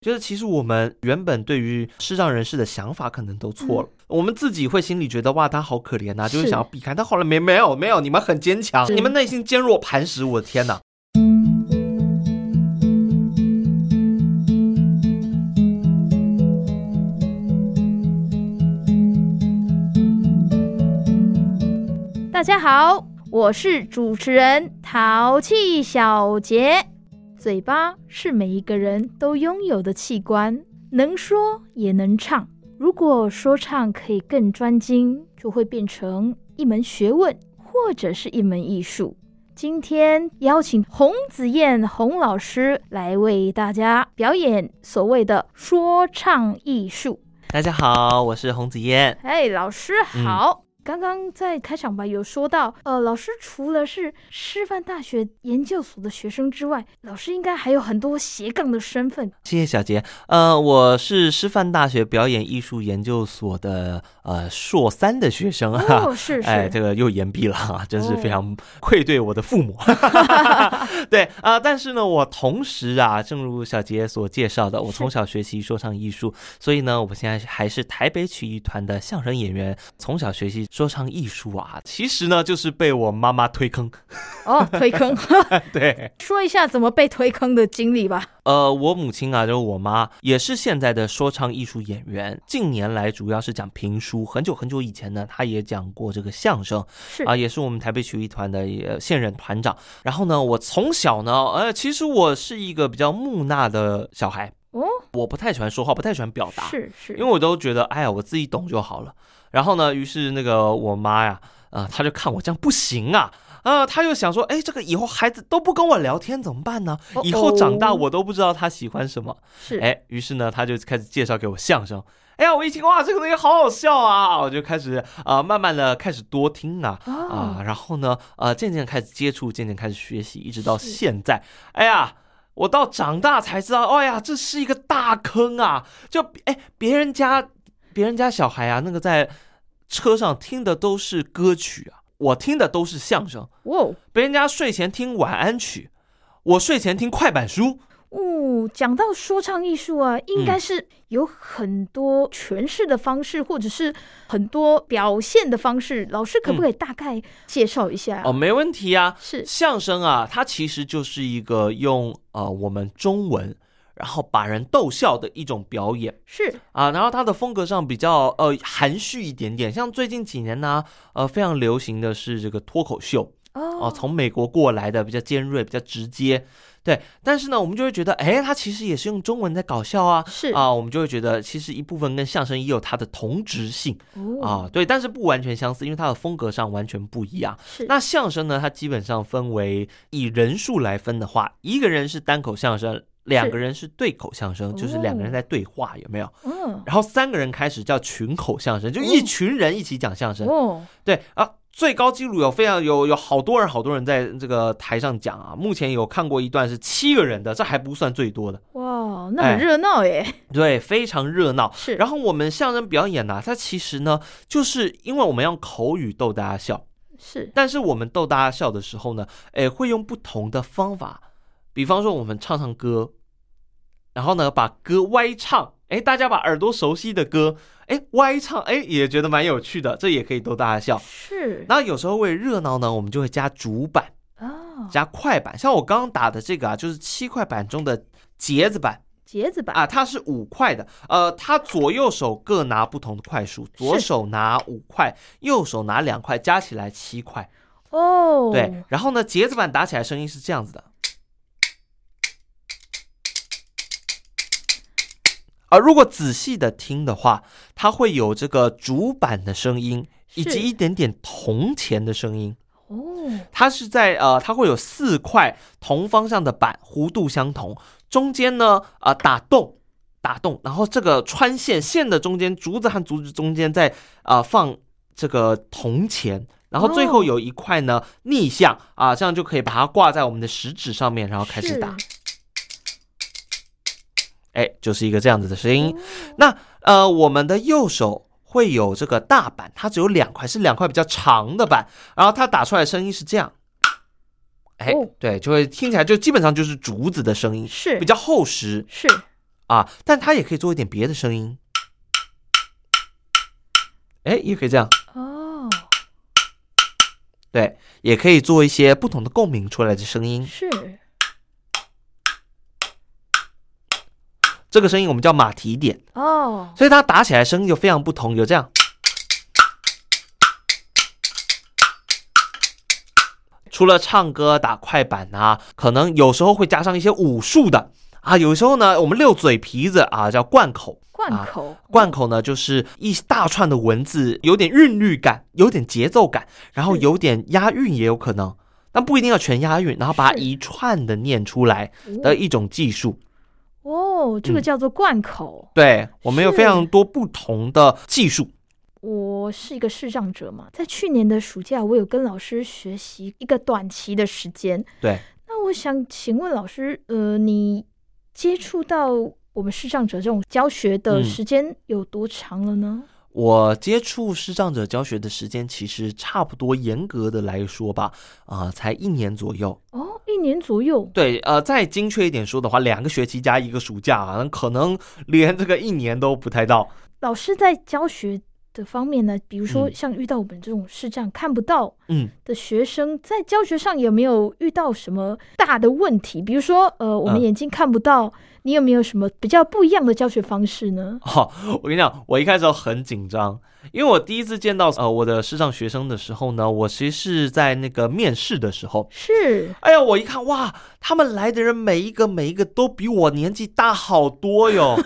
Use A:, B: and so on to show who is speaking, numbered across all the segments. A: 就是其实我们原本对于视障人士的想法可能都错了，我们自己会心里觉得哇，他好可怜呐、就是
B: 是
A: 想要避开。但后来没没有没有，你们很坚强，
B: 是
A: 你们内心坚若磐石，我的天哪！
B: 大家好，我是主持人淘气小杰。嘴巴是每一个人都拥有的器官，能说也能唱。如果说唱可以更专精，就会变成一门学问或者是一门艺术。今天邀请洪子燕洪老师来为大家表演所谓的说唱艺术。
A: 大家好，我是洪子燕。
B: 哎，老师
A: 嗯
B: 好。刚刚在开场白有说到，呃，老师除了是师范大学研究所的学生之外，老师应该还有很多斜杠的 身份。
A: 谢谢小杰。呃，我是师范大学表演艺术研究所的呃硕三的学生啊。
B: 哦，是哦是，
A: 哎，这个又延毕了啊，真是非常愧对我的父母。 对啊、呃但是呢，我同时啊，正如小杰所介绍的，我
B: 是
A: 从小学习说唱艺术，所以呢，我现在还是台北曲艺团的相声演员。从小学习说唱艺术啊，其实呢，就是被我妈妈推坑。
B: 哦，推坑，
A: 对，
B: 说一下怎么被推坑的经历吧。
A: 呃，我母亲啊，就是我妈，也是现在的说唱艺术演员。近年来主要是讲评书，很久很久以前呢，她也讲过这个相声。
B: 是，
A: 啊，也是我们台北曲艺团的呃现任团长。然后呢，我从小呢，呃，其实我是一个比较木讷的小孩，
B: 哦，
A: 我不太喜欢说话，不太喜欢表达，
B: 是是，
A: 因为我都觉得，哎呀，我自己懂就好了。然后呢，于是那个我妈呀，啊、她就看我这样不行啊。啊、她又想说，哎，这个以后孩子都不跟我聊天怎么办呢？以后长大
B: 哦
A: 我都不知道他喜欢什么。
B: 是，
A: 哎，于是呢，他就开始介绍给我相声。哎呀，我一听哇，这个东西好好笑啊，我就开始啊、慢慢的开始多听啊，啊、
B: 哦，
A: 然后呢，呃，渐渐开始接触，渐渐开始学习，一直到
B: 是
A: 现在。哎呀，我到长大才知道，哎呀，这是一个大坑啊！就哎，别人家，别人家小孩啊，那个在车上听的都是歌曲啊，我听的都是相声。
B: 哇哦，
A: 别人家睡前听晚安曲，我睡前听快板书。
B: 哦，讲到说唱艺术啊，应该
A: 嗯
B: 是有很多诠释的方式，或者是很多表现的方式。老师可不
A: 嗯
B: 可以大概介绍一下？
A: 哦，没问题啊。
B: 是
A: 相声啊，它其实就是一个用呃我们中文，然后把人逗笑的一种表演。
B: 是
A: 啊，然后它的风格上比较呃含蓄一点点，像最近几年呢、呃非常流行的是这个脱口秀哦、
B: 哦，
A: 从美国过来的比较尖锐、比较直接，对。但是呢，我们就会觉得，哎，它其实也是用中文在搞笑啊，
B: 是
A: 啊，我们就会觉得其实一部分跟相声也有它的同质性
B: 哦，
A: 啊，对，但是不完全相似，因为它的风格上完全不一样。
B: 是
A: 那相声呢，它基本上分为以人数来分的话，一个人是单口相声，两个人是对口相声，就是两个人
B: 哦
A: 在对话，有没有？
B: 嗯
A: 然后三个人开始叫群口相声，就一群人一起讲相声。
B: 哦
A: 对啊，最高纪录有非常有有好多人好多人在这个台上讲啊。目前有看过一段是七个人的，这还不算最多的，
B: 哇，那
A: 哎
B: 很热闹耶，
A: 对，非常热闹。
B: 是
A: 然后我们相声表演呢、它其实呢，就是因为我们用口语逗大家笑，
B: 是
A: 但是我们逗大家笑的时候呢，诶，会用不同的方法，比方说我们唱唱歌，然后呢把歌歪唱，诶，大家把耳朵熟悉的歌，诶，歪唱，诶，也觉得蛮有趣的，这也可以逗大家笑。
B: 是
A: 那有时候为了热闹呢，我们就会加主板、
B: 啊，
A: 加快板，像我刚刚打的这个啊，就是七块板中的节子板
B: 节子吧，
A: 啊，它是五块的，呃，它左右手各拿不同的块数，左
B: 是
A: 手拿五块，右手拿两块，加起来七块。
B: 哦，
A: 对，，然后呢，节子板打起来声音是这样子的，啊，如果仔细的听的话，它会有这个主板的声音，以
B: 是
A: 及一点点铜钱的声音。
B: 哦，
A: 它是在呃，它会有四块同方向的板，弧度相同，中间呢啊、呃打洞。打洞，然后这个穿线线的中间，竹子和竹子中间再啊、呃放这个铜钱，然后最后
B: 哦
A: 有一块呢逆向啊、这样就可以把它挂在我们的食指上面，然后开始打，
B: 是
A: 哎，就是一个这样子的声
B: 哦
A: 音。那呃，我们的右手会有这个大板，它只有两块，是两块比较长的板，然后它打出来的声音是这样，哎
B: 哦，
A: 对，就会听起来就基本上就是竹子的声音，
B: 是
A: 比较厚实
B: 是
A: 啊，但它也可以做一点别的声音。哎，也可以这样，
B: 哦，
A: 对，也可以做一些不同的共鸣出来的声音。
B: 是
A: 这个声音我们叫马蹄点，
B: 哦，
A: 所以它打起来声音就非常不同，有这样。除了唱歌、打快板啊，可能有时候会加上一些武术的啊，有时候呢，我们溜嘴皮子啊，叫贯口。
B: 贯口，
A: 贯口呢，就是一大串的文字，有点韵律感，有点节奏感，然后
B: 是
A: 有点押韵也有可能，但不一定要全押韵，然后把它
B: 是
A: 一串的念出来的一种技术。
B: 哦，这个
A: 嗯
B: 叫做贯口。
A: 对我们有
B: 是
A: 非常多不同的技术。
B: 我是一个视障者嘛，在去年的暑假，我有跟老师学习一个短期的时间。
A: 对，
B: 那我想请问老师，呃，你接触到我们视障者这种教学的
A: 嗯
B: 时间有多长了呢？
A: 我接触视障者教学的时间，其实差不多，严格的来说吧，啊、才一年左右。
B: 哦，一年左右。
A: 对，呃，再精确一点说的话，两个学期加一个暑假啊，可能 连这个一年都不太到。
B: 老师在教学的方面呢，比如说
A: 嗯
B: 像遇到我们这种视障看不到
A: 嗯，
B: 的学生，在教学上有没有遇到什么大的问题？比如说，呃，我们
A: 嗯
B: 眼睛看不到，你有没有什么比较不一样的教学方式呢？
A: 哦，我跟你讲，我一开始很紧张，因为我第一次见到呃我的视障学生的时候呢，我其实是在那个面试的时候。
B: 是
A: 哎呀，我一看哇，他们来的人每一个每一个都比我年纪大好多 哟。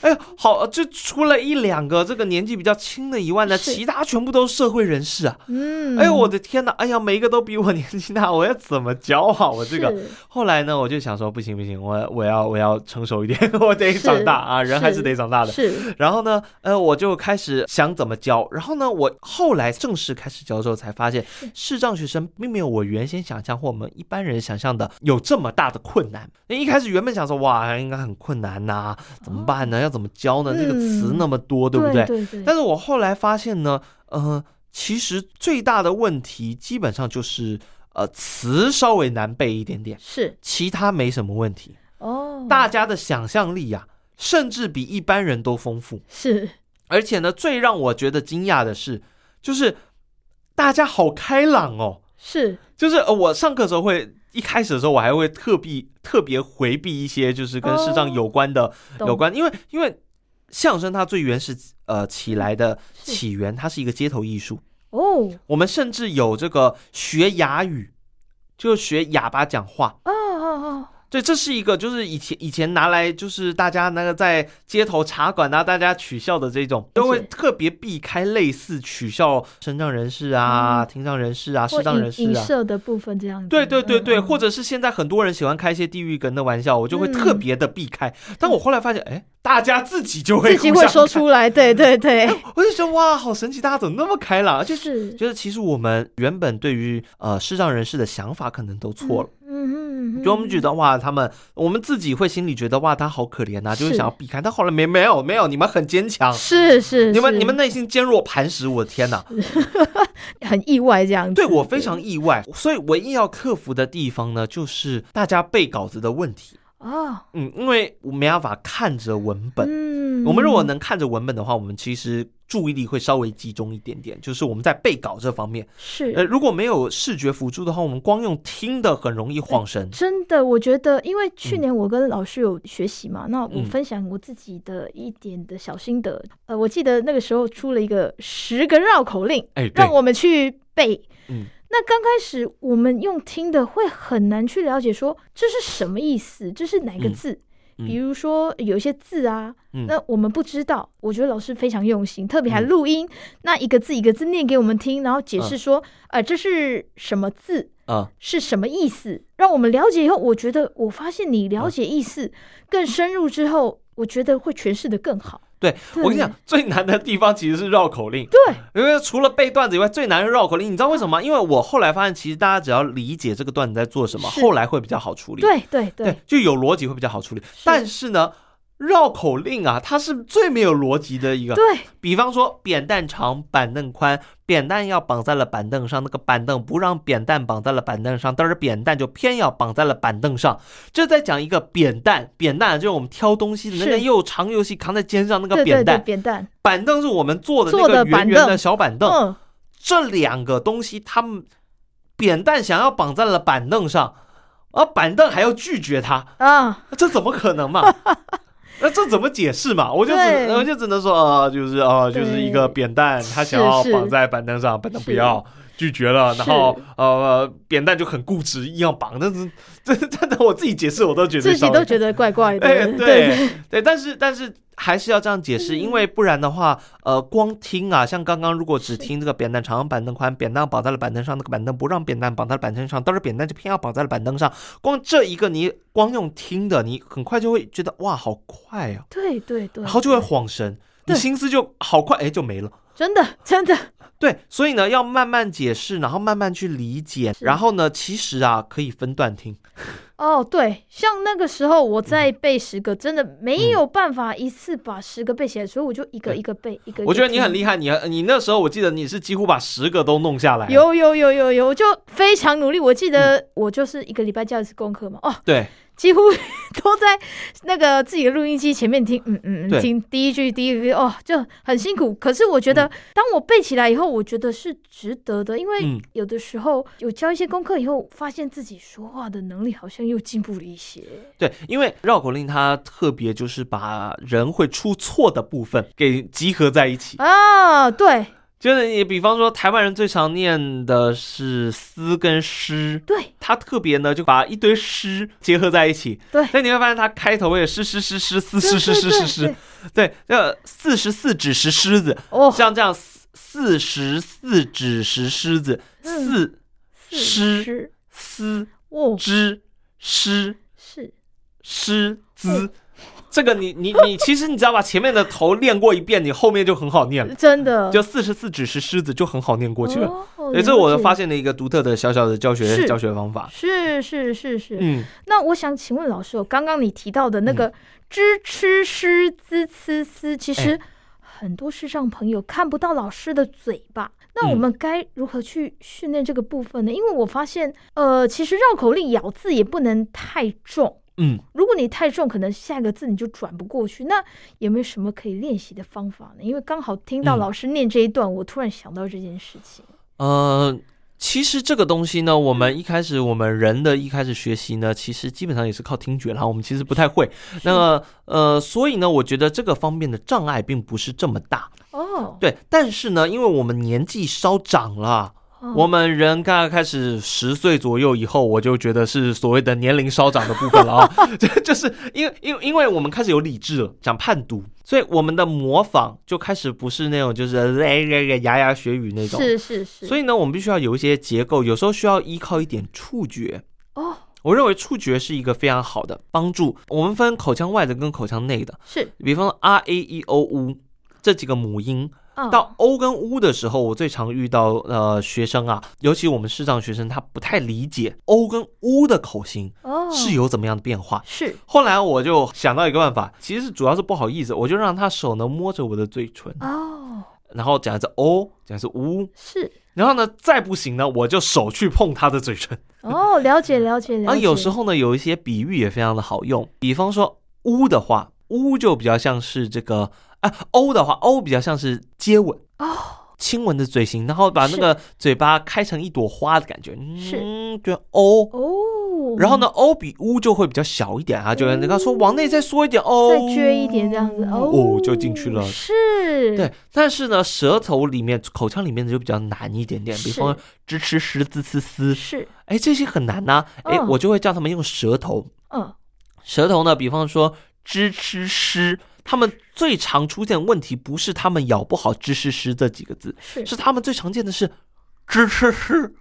A: 哎呀，好，就除了一两个这个年纪比较轻的以外呢，
B: 是
A: 其他全部都是社会人士啊。
B: 嗯，
A: 哎呦，我的天哪！哎呀，每一个都比我年纪大，我要怎么教啊？我这个。
B: 是
A: 后来呢，我就想说，不行不行，我我要我要成熟一点， 我得
B: 是
A: 长大啊，人还
B: 是
A: 是得长大的。
B: 是
A: 然后呢，呃，我就开始想怎么教。然后呢，我后来正式开始教之后，才发现视障学生并没有我原先想象或我们一般人想象的有这么大的困难。因为一开始原本想说，哇，应该很困难呐、怎么办呢？要怎么教呢？这个词
B: 嗯
A: 那么多，对
B: 对
A: 不
B: 对？
A: 对？
B: 对
A: 但是我后来发现呢，呃，其实最大的问题基本上就是，呃，词稍微难背一点点，
B: 是
A: 其他没什么问题。
B: 哦，
A: 大家的想象力呀、甚至比一般人都丰富。
B: 是
A: 而且呢，最让我觉得惊讶的是，就是大家好开朗哦。
B: 是
A: 就是呃，我上课的时候会一开始的时候，我还会特避特别回避一些就是跟视障有关的、
B: 懂
A: 有关，因为因为相声它最原始呃起来的
B: 是
A: 起源，它是一个街头艺术。
B: 哦
A: 我们甚至有这个学哑语，就学哑巴讲话。
B: 哦哦哦，
A: 对，这是一个就是以前以前拿来就是大家那个在街头茶馆啊，大家取笑的这种，都会
B: 是
A: 特别避开类似取笑身障人士啊、
B: 嗯
A: 听障人士啊、
B: 或
A: 视障
B: 影
A: 人士
B: 影
A: 啊。
B: 射的部分这样子，
A: 对对对对，
B: 嗯嗯
A: 或者是现在很多人喜欢开一些地域梗的玩笑，我就会
B: 嗯
A: 特别的避开。但我后来发现，哎，大家自己就会
B: 自己
A: 互
B: 会
A: 相
B: 说
A: 开，
B: 出来，对对对，
A: 我就觉得哇，好神奇，大家怎么那么开朗？啊就是
B: 哦是
A: 觉得其实我们原本对于呃视障人士的想法可能都错了。
B: 嗯，嗯嗯，
A: 就我们觉
B: 得
A: 得哇，他们我们自己会心里觉得哇，他好可怜呐、就会
B: 是
A: 想要避开。但后来没没有没有，你们很坚强，
B: 是是，
A: 啊你们
B: 是
A: 你们内心坚若磐石，我的天呐！
B: 很意外这样子，
A: 对我非常意外。所以唯一要克服的地方呢，就是大家背稿子的问题。
B: 哦，
A: 嗯，因为我没办法看着文本。
B: 嗯，
A: 我们如果能看着文本的话，我们其实注意力会稍微集中一点点，就是我们在背稿这方面。
B: 是
A: 呃，如果没有视觉辅助的话，我们光用听的很容易晃神。
B: 真的，我觉得，因为去
A: 嗯
B: 年我跟老师有学习嘛，那我
A: 嗯
B: 分享我自己的一点的小心得。呃，我记得那个时候出了一个十个绕口令，
A: 哎，对
B: 让，我们去背。
A: 嗯，
B: 那刚开始我们用听的会很难去了解说这是什么意思，这是哪个
A: 嗯
B: 字。
A: 嗯
B: 比如说有一些字啊，
A: 嗯
B: 那我们不知道，我觉得老师非常用心，特别还录音，那一个字一个字念给我们听，然后解释说，呃，这是什么字，
A: 啊、
B: 是什么意思，让我们了解以后，我觉得我发现你
A: 啊
B: 了解意思、更深入之后，我觉得会诠释的更好。
A: 对
B: 对
A: 我跟你讲，最难的地方其实是绕口令。
B: 对，啊
A: 因为除了背段子以外，最难是绕口令。你知道为什么吗？因为我后来发现，其实大家只要理解这个段子在做什么，
B: 是
A: 后来会比较好处理。
B: 对，对，对，
A: 就有逻辑会比较好处理。但是呢，绕口令啊，它是最没有逻辑的一个。
B: 对，
A: 比方说，扁担长，板凳宽，扁担要绑在了板凳上，那个板凳不让扁担绑在了板凳上，但是扁担就偏要绑在了板凳上。这在讲一个扁担，扁担就是我们挑东西的那
B: 是
A: 个又长又细扛在肩上那个
B: 对对
A: 扁
B: 对，
A: 担，
B: 扁担，
A: 板凳是我们坐的那
B: 坐的
A: 个圆
B: 板
A: 圆的
B: 凳
A: 小板凳。
B: 嗯，
A: 这两个东西，他们扁担想要绑在了板凳上，而板凳还要拒绝他，
B: 啊，
A: 这怎么可能 嘛？那这怎么解释嘛？我就只
B: 对
A: 我就只能说，呃，就是呃，就是一个
B: 对
A: 扁担，他想
B: 是
A: 要
B: 是
A: 绑在板凳上，板凳不
B: 是
A: 要拒绝了，然
B: 是
A: 后呃，扁担就很固执，硬要绑。但是 这真的我自己解释，我都觉得
B: 自己
A: 稍微
B: 都觉得怪怪的，
A: 哎，
B: 对，
A: 对对，但是但是还是要这样解释，因为不然的话，呃，光听啊，像刚刚如果只听这个扁担长、板凳宽，扁担绑在了板凳上，那个板凳不让扁担绑在了板凳上，但是扁担就偏要绑在了板凳上，光这一个你光用听的，你很快就会觉得哇，好快啊，
B: 对对对，
A: 然后就会晃神，你
B: 对
A: 心思就好快，哎，就没了。
B: 真的真的
A: 对，所以呢，要慢慢解释，然后慢慢去理解，然后呢，其实啊，可以分段听。
B: 哦，对，像那个时候我在背十个，真的没有办法一次把十个背起来，所以我就一个
A: 嗯对
B: 一个背，一个。
A: 我觉得你很
B: 害。
A: 厉害，你你那时候我记得你是几乎把十个都弄下来了。
B: 有有有有有，我就非常努力。我记
A: 嗯
B: 得我就是一个礼拜教一次功课嘛，哦，
A: 对，
B: 几乎都在那个自己的录音机前面听，嗯嗯，
A: 对
B: 嗯，听第一句第一句，哦，就很辛苦。可是我觉得，当我背起来以后，我觉得是值得的，因为
A: 嗯
B: 有的时候有教一些功课以后，发现自己说话的能力好像又进步了一些。
A: 对，因为绕口令它特别就是把人会出错的部分给集合在一起，
B: 啊，对
A: 就是你比方说台湾人最常念的是诗跟诗。
B: 对，
A: 它特别呢，就把一堆诗结合在一起。
B: 对
A: 那你会发现它开头也是诗诗诗诗诗诗诗诗
B: 对对
A: 诗
B: 对对，
A: 对，这四十四指石狮子，
B: 哦，
A: 像这样四四十四指石狮子，
B: 嗯
A: 四
B: 是
A: 诗
B: 是
A: 思
B: 哦
A: 之诗
B: 是
A: 师资。这个你你你，其实你只要把前面的头练过一遍，你后面就很好念了。
B: 真的，
A: 就四十四指是狮子，就很好念过去了。
B: 嗯哦
A: 对，这是我
B: 了解
A: 发现的一个独特的小小的教学
B: 是
A: 教学方法。
B: 是是是是，
A: 嗯，
B: 那我想请问老师哦，刚刚你提到的那个知吃诗滋呲呲，其
A: 哎
B: 实很多视障朋友看不到老师的嘴巴。那
A: 嗯
B: 我们该如何去训练这个部分呢？因为我发现，呃，其实绕口令咬字也不能太重，
A: 嗯，
B: 如果你太重，可能下一个字你就转不过去。那有没有什么可以练习的方法呢？因为刚好听到
A: 嗯
B: 老师念这一段，我突然想到这件事情。
A: 呃，其实这个东西呢，我们一开始我们人的一开始学习呢，其实基本上也是靠听觉啦，我们其实不太会。那么呃，所以呢，我觉得这个方面的障碍并不是这么大。
B: 哦，
A: 对，但是呢，因为我们年纪稍长了，
B: 哦
A: 我们人刚开始十岁左右以后，我就觉得是所谓的年龄稍长的部分了啊， 这就是因为因为因为我们开始有理智了，讲判读，所以我们的模仿就开始不是那种就是哎哎哎牙牙学语那种，
B: 是是是，
A: 所
B: 以
A: 以呢，我们必须要有一些结构，有时候需要依靠一点触觉。
B: 哦
A: 我认为触觉是一个非常好的帮助。我们分口腔外的跟口腔内的，
B: 是
A: 比方说 r a e o u 这几个母音，
B: 啊，
A: 到欧跟乌的时候，我最常遇到呃学生啊，尤其我们视障学生，他不太理解欧跟乌的口型
B: 哦
A: 是有怎么样的变化。
B: 是
A: 后来我就想到一个办法，其实主要是不好意思，我就让他手呢摸着我的嘴唇，
B: 哦，
A: 然后讲一次欧，讲一次乌，
B: 是
A: 然后呢再不行呢，我就手去碰他的嘴唇。
B: 哦，了解了解了
A: 然后
B: 解。
A: 嗯啊有时
B: 候
A: 候呢，有一些比喻也非常的好用，比方说乌的话，乌就比较像是这个啊，欧的话，欧比较像是接吻。
B: 哦，
A: 亲吻的嘴型，然后把那个嘴巴开成一朵花的感觉，
B: 是
A: 嗯，就哦。
B: 哦，
A: 然后呢，哦比呜就会比较小一点啊，就那个说往内再缩一点哦，
B: 再撅一点这样子哦，
A: 就进去了。
B: 是，
A: 对，但是呢，舌头里面、口腔里面的就比较难一点点，比
B: 是
A: 方说支吃食、滋呲丝，
B: 是，
A: 哎，这些很难呐、哎、
B: 嗯
A: 我就会叫他们用舌头，
B: 嗯，
A: 舌头呢，比方说支吃诗，他们最常出现的问题不是他们咬不好支吃诗这几个字，
B: 是
A: 是他们最常见的是吱吃 吃，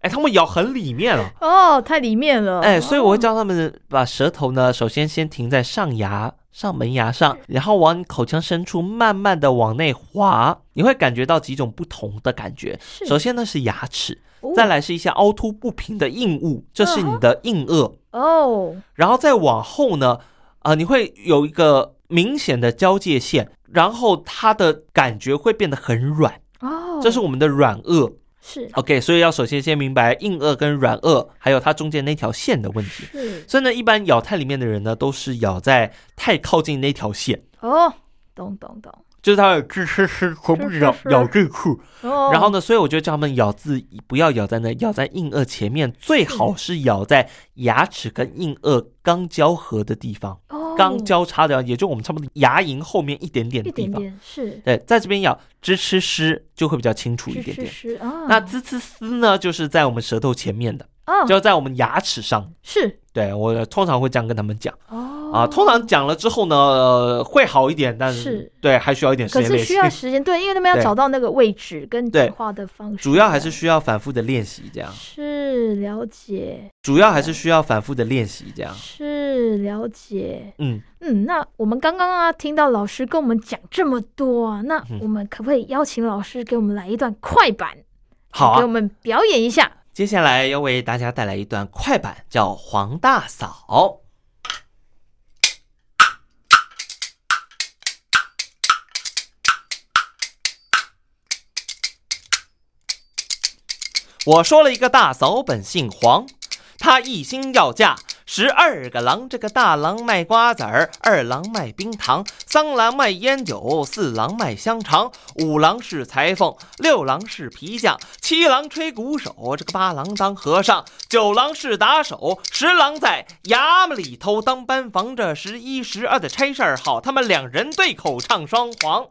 A: 哎，他们咬很里面了，
B: 哦，太里面了，
A: 哎，所以我会
B: 哦
A: 教他们把舌头呢，首先先停在上牙、上门牙上，然后往口腔深处慢慢的往内滑，你会感觉到几种不同的感觉。
B: 是
A: 首先呢是牙齿，
B: 哦嗯
A: 再来是一些凹凸不平的硬物，这是你的硬腭，
B: 哦，
A: 然后再往后呢。啊、你会有一个明显的交界线，然后它的感觉会变得很软，
B: 哦，
A: 这是我们的软腭。
B: 是
A: OK，所以要首先先明白硬腭跟软腭，还有它中间那条线的问题。
B: 是
A: 所以呢，一般咬太里面的人呢，都是咬在太靠近那条线，
B: 哦，懂懂懂
A: 就是他会吱吱吱，全部
B: 吱吱
A: 咬
B: 吱
A: 咬这处。
B: 哦。
A: 然后呢，所以我就叫他们咬字不要咬在那，咬在硬腭前面，最
B: 嗯
A: 好是咬在牙齿跟硬腭刚交合的地方，
B: 哦，
A: 刚交叉的，也就我们差不多牙龈后面一点点
B: 一
A: 的地
B: 点
A: 方。
B: 点是
A: 对，在这边咬吱吱吱就会比较清楚一
B: 是
A: 点
B: 是
A: 点。
B: 是啊，
A: 那吱吱吱呢，就是在我们舌头前面的。
B: 哦
A: 就在我们牙齿上。
B: 是
A: 对我通常会这样跟他们讲
B: 哦
A: 啊，通常讲了之后呢，呃会好一点，但
B: 是
A: 对还需要一点时
B: 可
A: 间
B: 是
A: 练习
B: 需，要时间，对，因为他们要
A: 对
B: 找到那个位置跟
A: 对
B: 讲话的方式，
A: 主要还是需要反复的练习，这样
B: 是了解，
A: 主要还是需要反复的练习，这样
B: 是了解。
A: 嗯，
B: 嗯，那我们刚刚啊听到老师跟我们讲这么多啊，那
A: 嗯
B: 我们可不可以邀请老师给我们来一段快板，
A: 好
B: 给
A: 啊。
B: 我们表演一下？
A: 接下来要为大家带来一段快板，叫《黄大嫂》。我说了一个大嫂本姓黄，她一心要嫁十二个郎。这个大郎卖瓜子儿，二郎卖冰糖，三郎卖烟酒，四郎卖香肠，五郎是裁缝，六郎是皮匠，七郎吹鼓手，这个八郎当和尚，九郎是打手，十郎在衙门里头当班房。这十一、十二的差事儿好，他们两人对口唱双簧。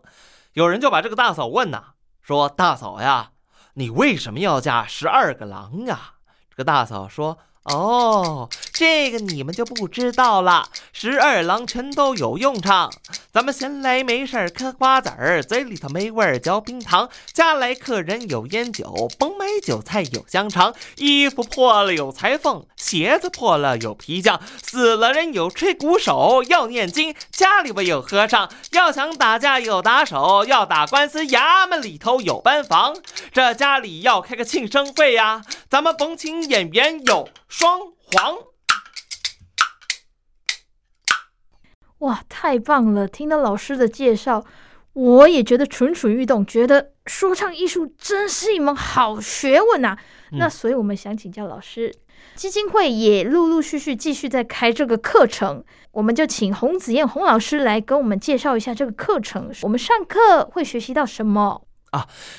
A: 有人就把这个大嫂问呐、说大嫂呀。你为什么要嫁十二个郎啊？这个大嫂说：“哦，这个你们就不知道了，十二郎全都有用场。咱们闲来没事儿嗑瓜子儿，嘴里头没味儿嚼冰糖。家来客人有烟酒，甭买酒菜有香肠。衣服破了有裁缝，鞋子破了有皮匠。死了人有吹鼓手，要念经。家里边有和尚，要想打架有打手，要打官司衙门里头有班房。这家里要开个庆生会呀、咱们甭请演员有双簧。
B: 哇，太棒了！听到老师的介绍，我也觉得蠢蠢欲动，觉得说唱艺术真是一门好学问呐、
A: 嗯
B: 那所以我们想请教老师，基金会也陆陆续续继续在开这个课程，我们就请洪子燕洪老师来跟我们介绍一下这个课程，我们上课会学习到什么？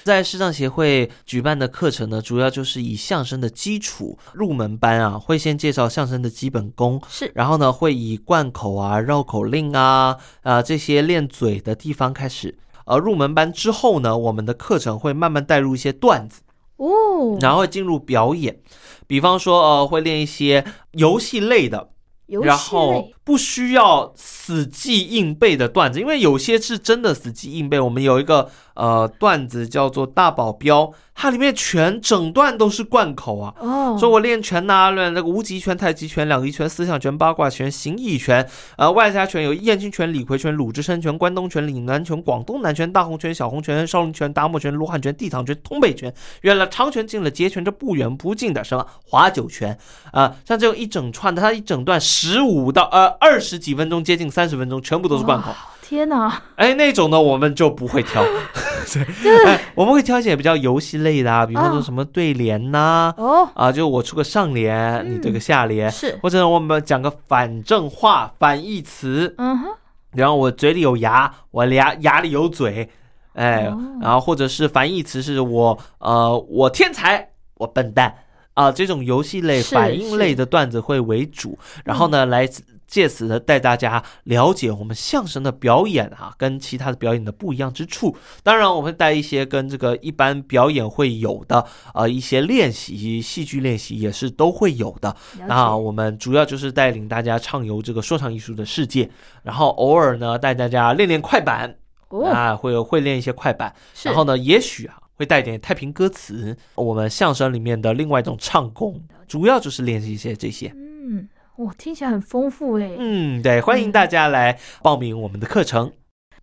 A: 在视障协会举办的课程呢，主要就是以相声的基础入门班啊，会先介绍相声的基本功，
B: 是
A: 然后呢，会以贯口啊、绕口令啊、啊、这些练嘴的地方开始。呃，入门班之后呢，我们的课程会慢慢带入一些段子，
B: 哦，
A: 然后会进入表演，比方说呃，会练一些游戏类的，
B: 游戏
A: 然后
B: 类
A: 不需要死记硬背的段子，因为有些是真的死记硬背。我们有一个呃段子叫做《大保镖》，它里面全整段都是贯口啊。
B: 哦，
A: 说我练拳呐、练那个无极拳、太极拳、两仪拳、四象拳、八卦拳、形意拳，呃，外家拳有燕京拳、李逵拳、鲁智深拳、关东拳、岭南拳、广东南拳、大红拳、小红拳、少林拳、达摩拳、罗汉拳、地藏拳、通背拳。远了长拳，近了截拳，这不远不近的什么划九拳啊、像这种一整串的，它一整段十五到呃二十几分钟，接近三十分钟，全部都是贯口
B: 哇。天哪，
A: 哎，那种呢，我们就不会挑，
B: 这
A: 哎，我们会挑一些比较游戏类的啊，比方说
B: 啊
A: 什么对联呐、
B: 哦
A: 啊，就我出个上联，你对个下联，
B: 是，
A: 或者我们讲个反正话、反义词，
B: 嗯哼，
A: 然后我嘴里有牙，我牙牙里有嘴，哎，
B: 哦
A: 然后或者是反义词是我呃我天才，我笨蛋啊、这种游戏类、
B: 是嗯
A: 反应类的段子会为主，然后呢来。借此呢，带大家了解我们相声的表演啊，跟其他的表演的不一样之处。当然，我会带一些跟这个一般表演会有的呃一些练习，戏剧练习也是都会有的。
B: 了解
A: 那我们主要就是带领大家畅游这个说唱艺术的世界，然后偶尔呢带大家练练快板
B: 哦，
A: 啊，会会练一些快板，
B: 是
A: 然后呢，也许啊会带点太平歌词，我们相声里面的另外一种唱功，主要就是练习一些这些。
B: 嗯，我听起来很丰富哎。
A: 嗯，对，欢迎大家来报名我们的课程。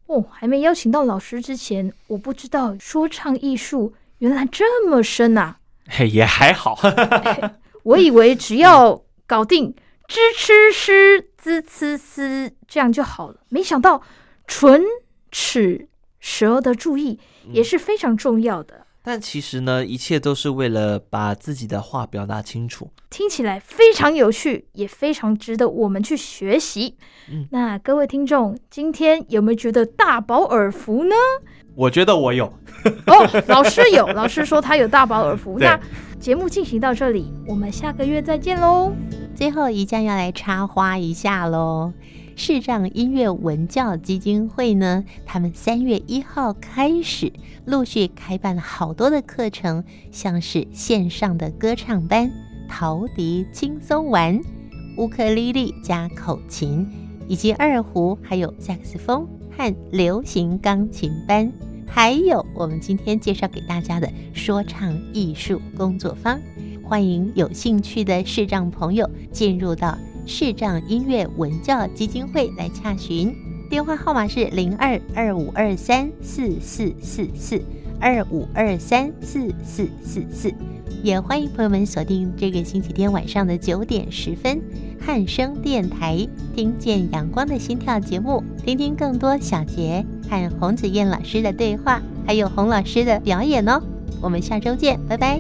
B: 哦，还没邀请到老师之前，我不知道说唱艺术原来这么深啊呐、
A: 嘿，也还好，
B: 我以为只要搞定吱吃吃滋呲呲这样就好了。没想到唇、齿、舌的注意也是非常重要的，
A: 但其实呢，一切都是为了把自己的话表达清楚。
B: 听起来非常有趣，也非常值得我们去学习。
A: 嗯
B: 那各位听众，今天有没有觉得大饱耳福呢？
A: 我觉得我有，
B: 哦，老师有，老师说他有大饱耳福。
A: 对
B: 那节目进行到这里，我们下个月再见喽。
C: 最后一站要来插花一下喽。视障音乐文教基金会呢，他们三月一号开始陆续开办了好多的课程，像是线上的歌唱班、陶笛轻松玩、乌克丽丽加口琴，以及二胡，还有萨克斯风和流行钢琴班，还有我们今天介绍给大家的说唱艺术工作坊。欢迎有兴趣的视障朋友进入到视障音乐文教基金会来洽询，电话号码是零二二五二三四四四四二五二三四四四四。也欢迎朋友们锁定这个星期天晚上的九点十分，汉声电台听见阳光的心跳节目，听听更多小杰和洪子燕老师的对话，还有洪老师的表演哦。我们下周见，拜拜。